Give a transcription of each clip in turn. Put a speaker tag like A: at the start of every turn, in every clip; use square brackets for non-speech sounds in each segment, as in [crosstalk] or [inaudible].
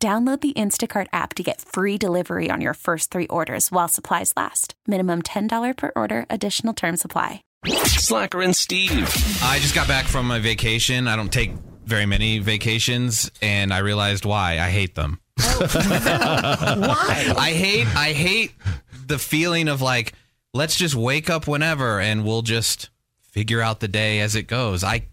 A: Download the Instacart app to get free delivery on your first three orders while supplies last. Minimum $10 per order, additional term supply.
B: Slacker and Steve.
C: I just got back from my vacation. I don't take very many vacations, and I realized why I hate them.
D: Why?
C: [laughs] I hate I hate the feeling of like let's just wake up whenever and we'll just figure out the day as it goes. I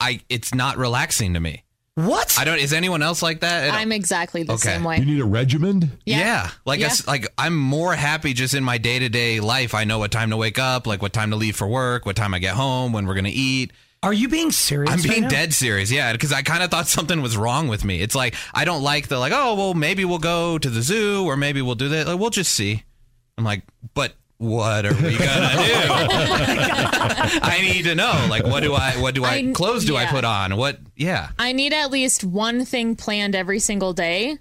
C: I it's not relaxing to me.
D: What?
C: I don't. Is anyone else like that?
E: I'm exactly the
C: Okay.
E: same
F: You
E: way.
F: need a regimen?
C: yeah. Like I
E: Yeah.
C: s- like I'm more happy just in my day to day life. I know what time to wake up, like what time to leave for work, what time I get home, when we're gonna eat.
D: Are you being serious?
C: I'm
D: right
C: being
D: now?
C: dead serious, yeah, because I kind of thought something was wrong with me. It's like I don't like the like, oh well, maybe we'll go to the zoo or maybe we'll do that. Like, we'll just see. I'm like, but what are we gonna do?
D: [laughs] Oh
C: I need to know. Like, what do I? What do I?
E: I-
C: clothes do I
E: yeah.
C: put on? What? Yeah.
E: I need at least one thing planned every single day.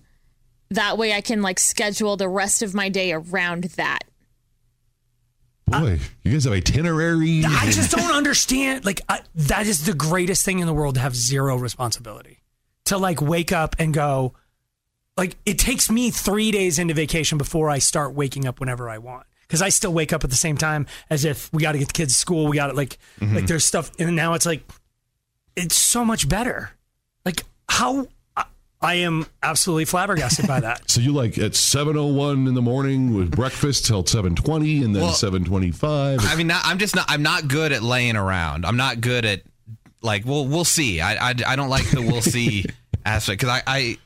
E: That way I can like schedule the rest of my day around that.
F: Boy, you guys have itineraries.
D: Uh, I
F: and-
D: just don't understand. Like I, that is the greatest thing in the world to have zero responsibility. To like wake up and go. Like it takes me three days into vacation before I start waking up whenever I want because I still wake up at the same time as if we got to get the kids to school. We got to like
C: Mm-hmm.
D: like there's stuff and now it's like it's so much better. Like how I, I am absolutely flabbergasted
C: [laughs]
D: by that.
F: So you like at 7:01 in the morning with breakfast till 7:20 and then
C: Well,
F: 7:25.
C: I mean, not, I'm just not. I'm not good at laying around. I'm not good at like. Well, we'll see. I I, I don't like the we'll
D: [laughs]
C: see aspect because I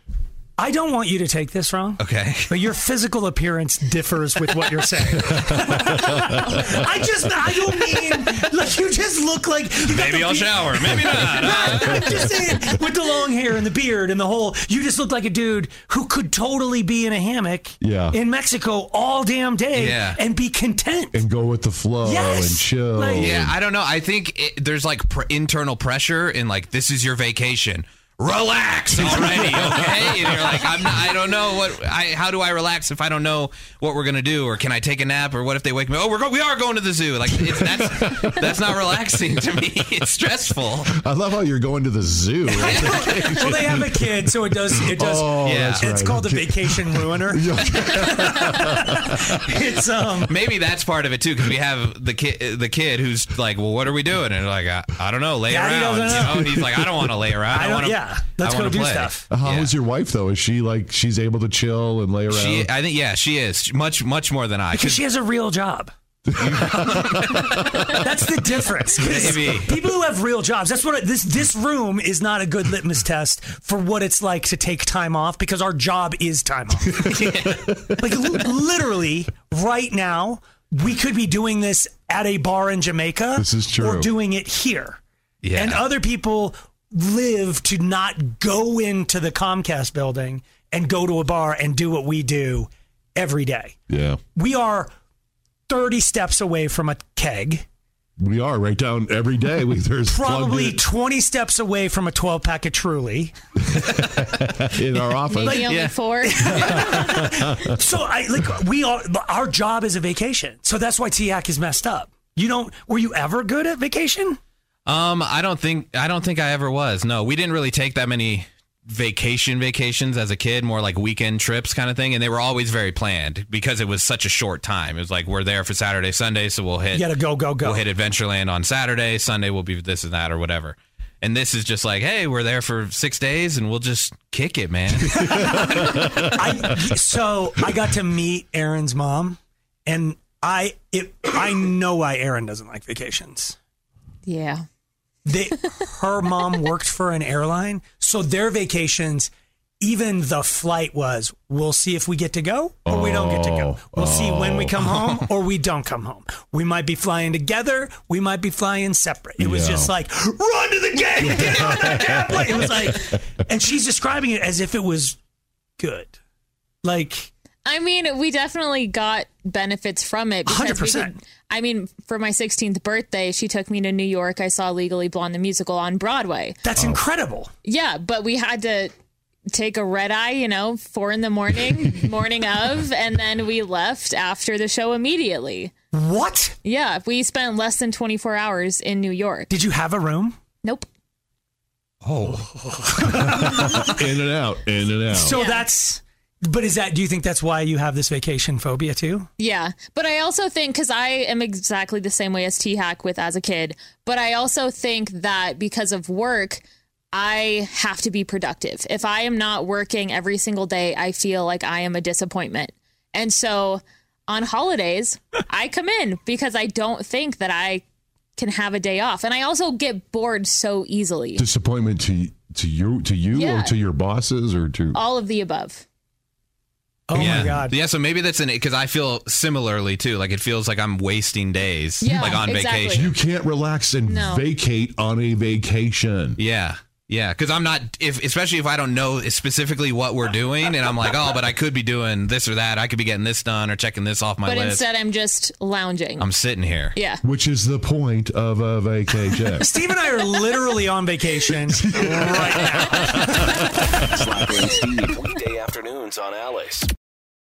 D: I don't want you to take this wrong.
C: I okay.
D: But your physical appearance differs with what you're saying. [laughs] I just, I don't mean, like, you just look like. You got
C: Maybe
D: the
C: I'll
D: be- [laughs]
C: shower. Maybe not.
D: I'm just saying, with the long hair and the beard and the whole, you just look like a dude who could totally be in a hammock
F: Yeah.
D: in Mexico all damn day
C: Yeah.
D: and be content.
F: and go with the flow
D: Yes!
F: and chill.
D: Like-
C: Yeah, I don't know. I think it, there's like pr- internal pressure in like this is your vacation. Relax already, okay? And you're like, I'm not, I don't know what I. How do I relax if I don't know what we're gonna do, or can I take a nap, or what if they wake me? Oh, we're go- we are going to the zoo. Like it's, that's that's not relaxing to me. [laughs] It's stressful.
F: I love how you're going to
D: [laughs]
F: the zoo.
D: well, they have a kid, so it does, it does.
F: oh,
C: Yeah.
F: that's
D: It's
F: right. [laughs]
D: called the
F: Okay.
D: vacation
F: [laughs]
D: ruiner. it's um
C: Maybe that's part of it too, because we have the kid, the kid who's like, well, what are we doing? And like, I, I don't know, lay
D: Daddy
C: around.
D: doesn't
C: You
D: know.
C: know? And he's like, I don't want to lay around.
D: [laughs]
C: I,
D: I don't-
C: want to.
D: yeah, let's
C: I
D: go
C: wanna
D: do
C: play.
D: stuff.
F: How
C: Yeah.
F: is your wife though? Is she like she's able to chill and lay around?
C: She, I think, yeah, she is much, much more than I. 'Cause
D: Because she has a real
C: [laughs]
D: job. that's the difference. 'Cause
C: Maybe.
D: People who have real jobs. That's what this this room is not a good litmus test for what it's like to take time off because our job is time off.
C: [laughs]
D: like l- literally right now, we could be doing this at a bar in Jamaica.
F: This is true.
D: Or doing it here.
C: Yeah.
D: And other people live to not go into the Comcast building and go to a bar and do what we do every day
F: yeah,
D: we are 30 steps away from a keg,
F: we are right down every day. We, there's
D: [laughs] probably
F: plugged
D: 20 steps away from a 12 pack of Truly.
F: [laughs] in, in our office.
E: Maybe only
C: yeah.
E: four.
D: So I like we are our job is a vacation. So that's why TIAC is messed up. You don't were you ever good at vacation?
C: Um, I don't think I don't think I ever was. No, we didn't really take that many vacation vacations as a kid, more like weekend trips kind of thing, and they were always very planned because it was such a short time. It was like we're there for Saturday, Sunday, so we'll hit
D: You gotta go, go, go.
C: we'll hit Adventureland on Saturday, Sunday will be this and that or whatever. And this is just like, hey, we're there for six days and we'll just kick it,
D: [laughs]
C: man.
D: I, so I got to meet Aaron's mom and I it, I know why Aaron doesn't like vacations.
E: yeah.
D: they her mom worked for an airline so their vacations even the flight was we'll see if we get to go or we don't get to go we'll see when we come home or we don't come home we might be flying together we might be flying separate it was
F: Yeah.
D: just like run to the gate get on that airplane it was like and she's describing it as if it was good Like,
E: I mean, we definitely got benefits from it. because we
D: 100%.
E: could- I mean, for my 16th birthday, she took me to New York. I saw Legally Blonde the musical on Broadway.
D: that's incredible.
E: Yeah, but we had to take a red eye, you know, four in the morning, [laughs] morning of, and then we left after the show immediately.
D: What?
E: Yeah, we spent less than 24 hours in New York.
D: Did you have a room?
E: Nope.
C: Oh.
F: [laughs] in and out, in and out.
D: So that's. But is that? Do you think that's why you have this vacation phobia too?
E: Yeah. But I also think, because I am exactly the same way as T Hack with as a kid, but I also think that because of work, I have to be productive. If I am not working every single day, I feel like I am a disappointment. And so on holidays, I come in because I don't think that I can have a day off. And I also get bored so easily.
F: Disappointment to to you to you
E: Yeah.
F: or to your bosses or to
E: All of the above.
D: Oh
C: yeah.
D: my god.
C: Yeah, so maybe that's an because I feel similarly too. Like it feels like I'm wasting days,
E: Yeah,
C: like on
E: exactly.
C: vacation.
F: you can't relax and
E: No.
F: vacate on a vacation.
C: Yeah. Yeah, because I'm not if especially if I don't know specifically what we're doing, and I'm like, oh, but I could be doing this or that. I could be getting this done or checking this off my
E: But
C: list.
E: instead, I'm just lounging.
C: I'm sitting here.
E: yeah.
F: Which is the point of a
D: [laughs]
F: vacation.
D: Steve and I are literally on [laughs] vacation.
B: Slacker and Steve, weekday afternoons on Alice.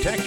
G: Protect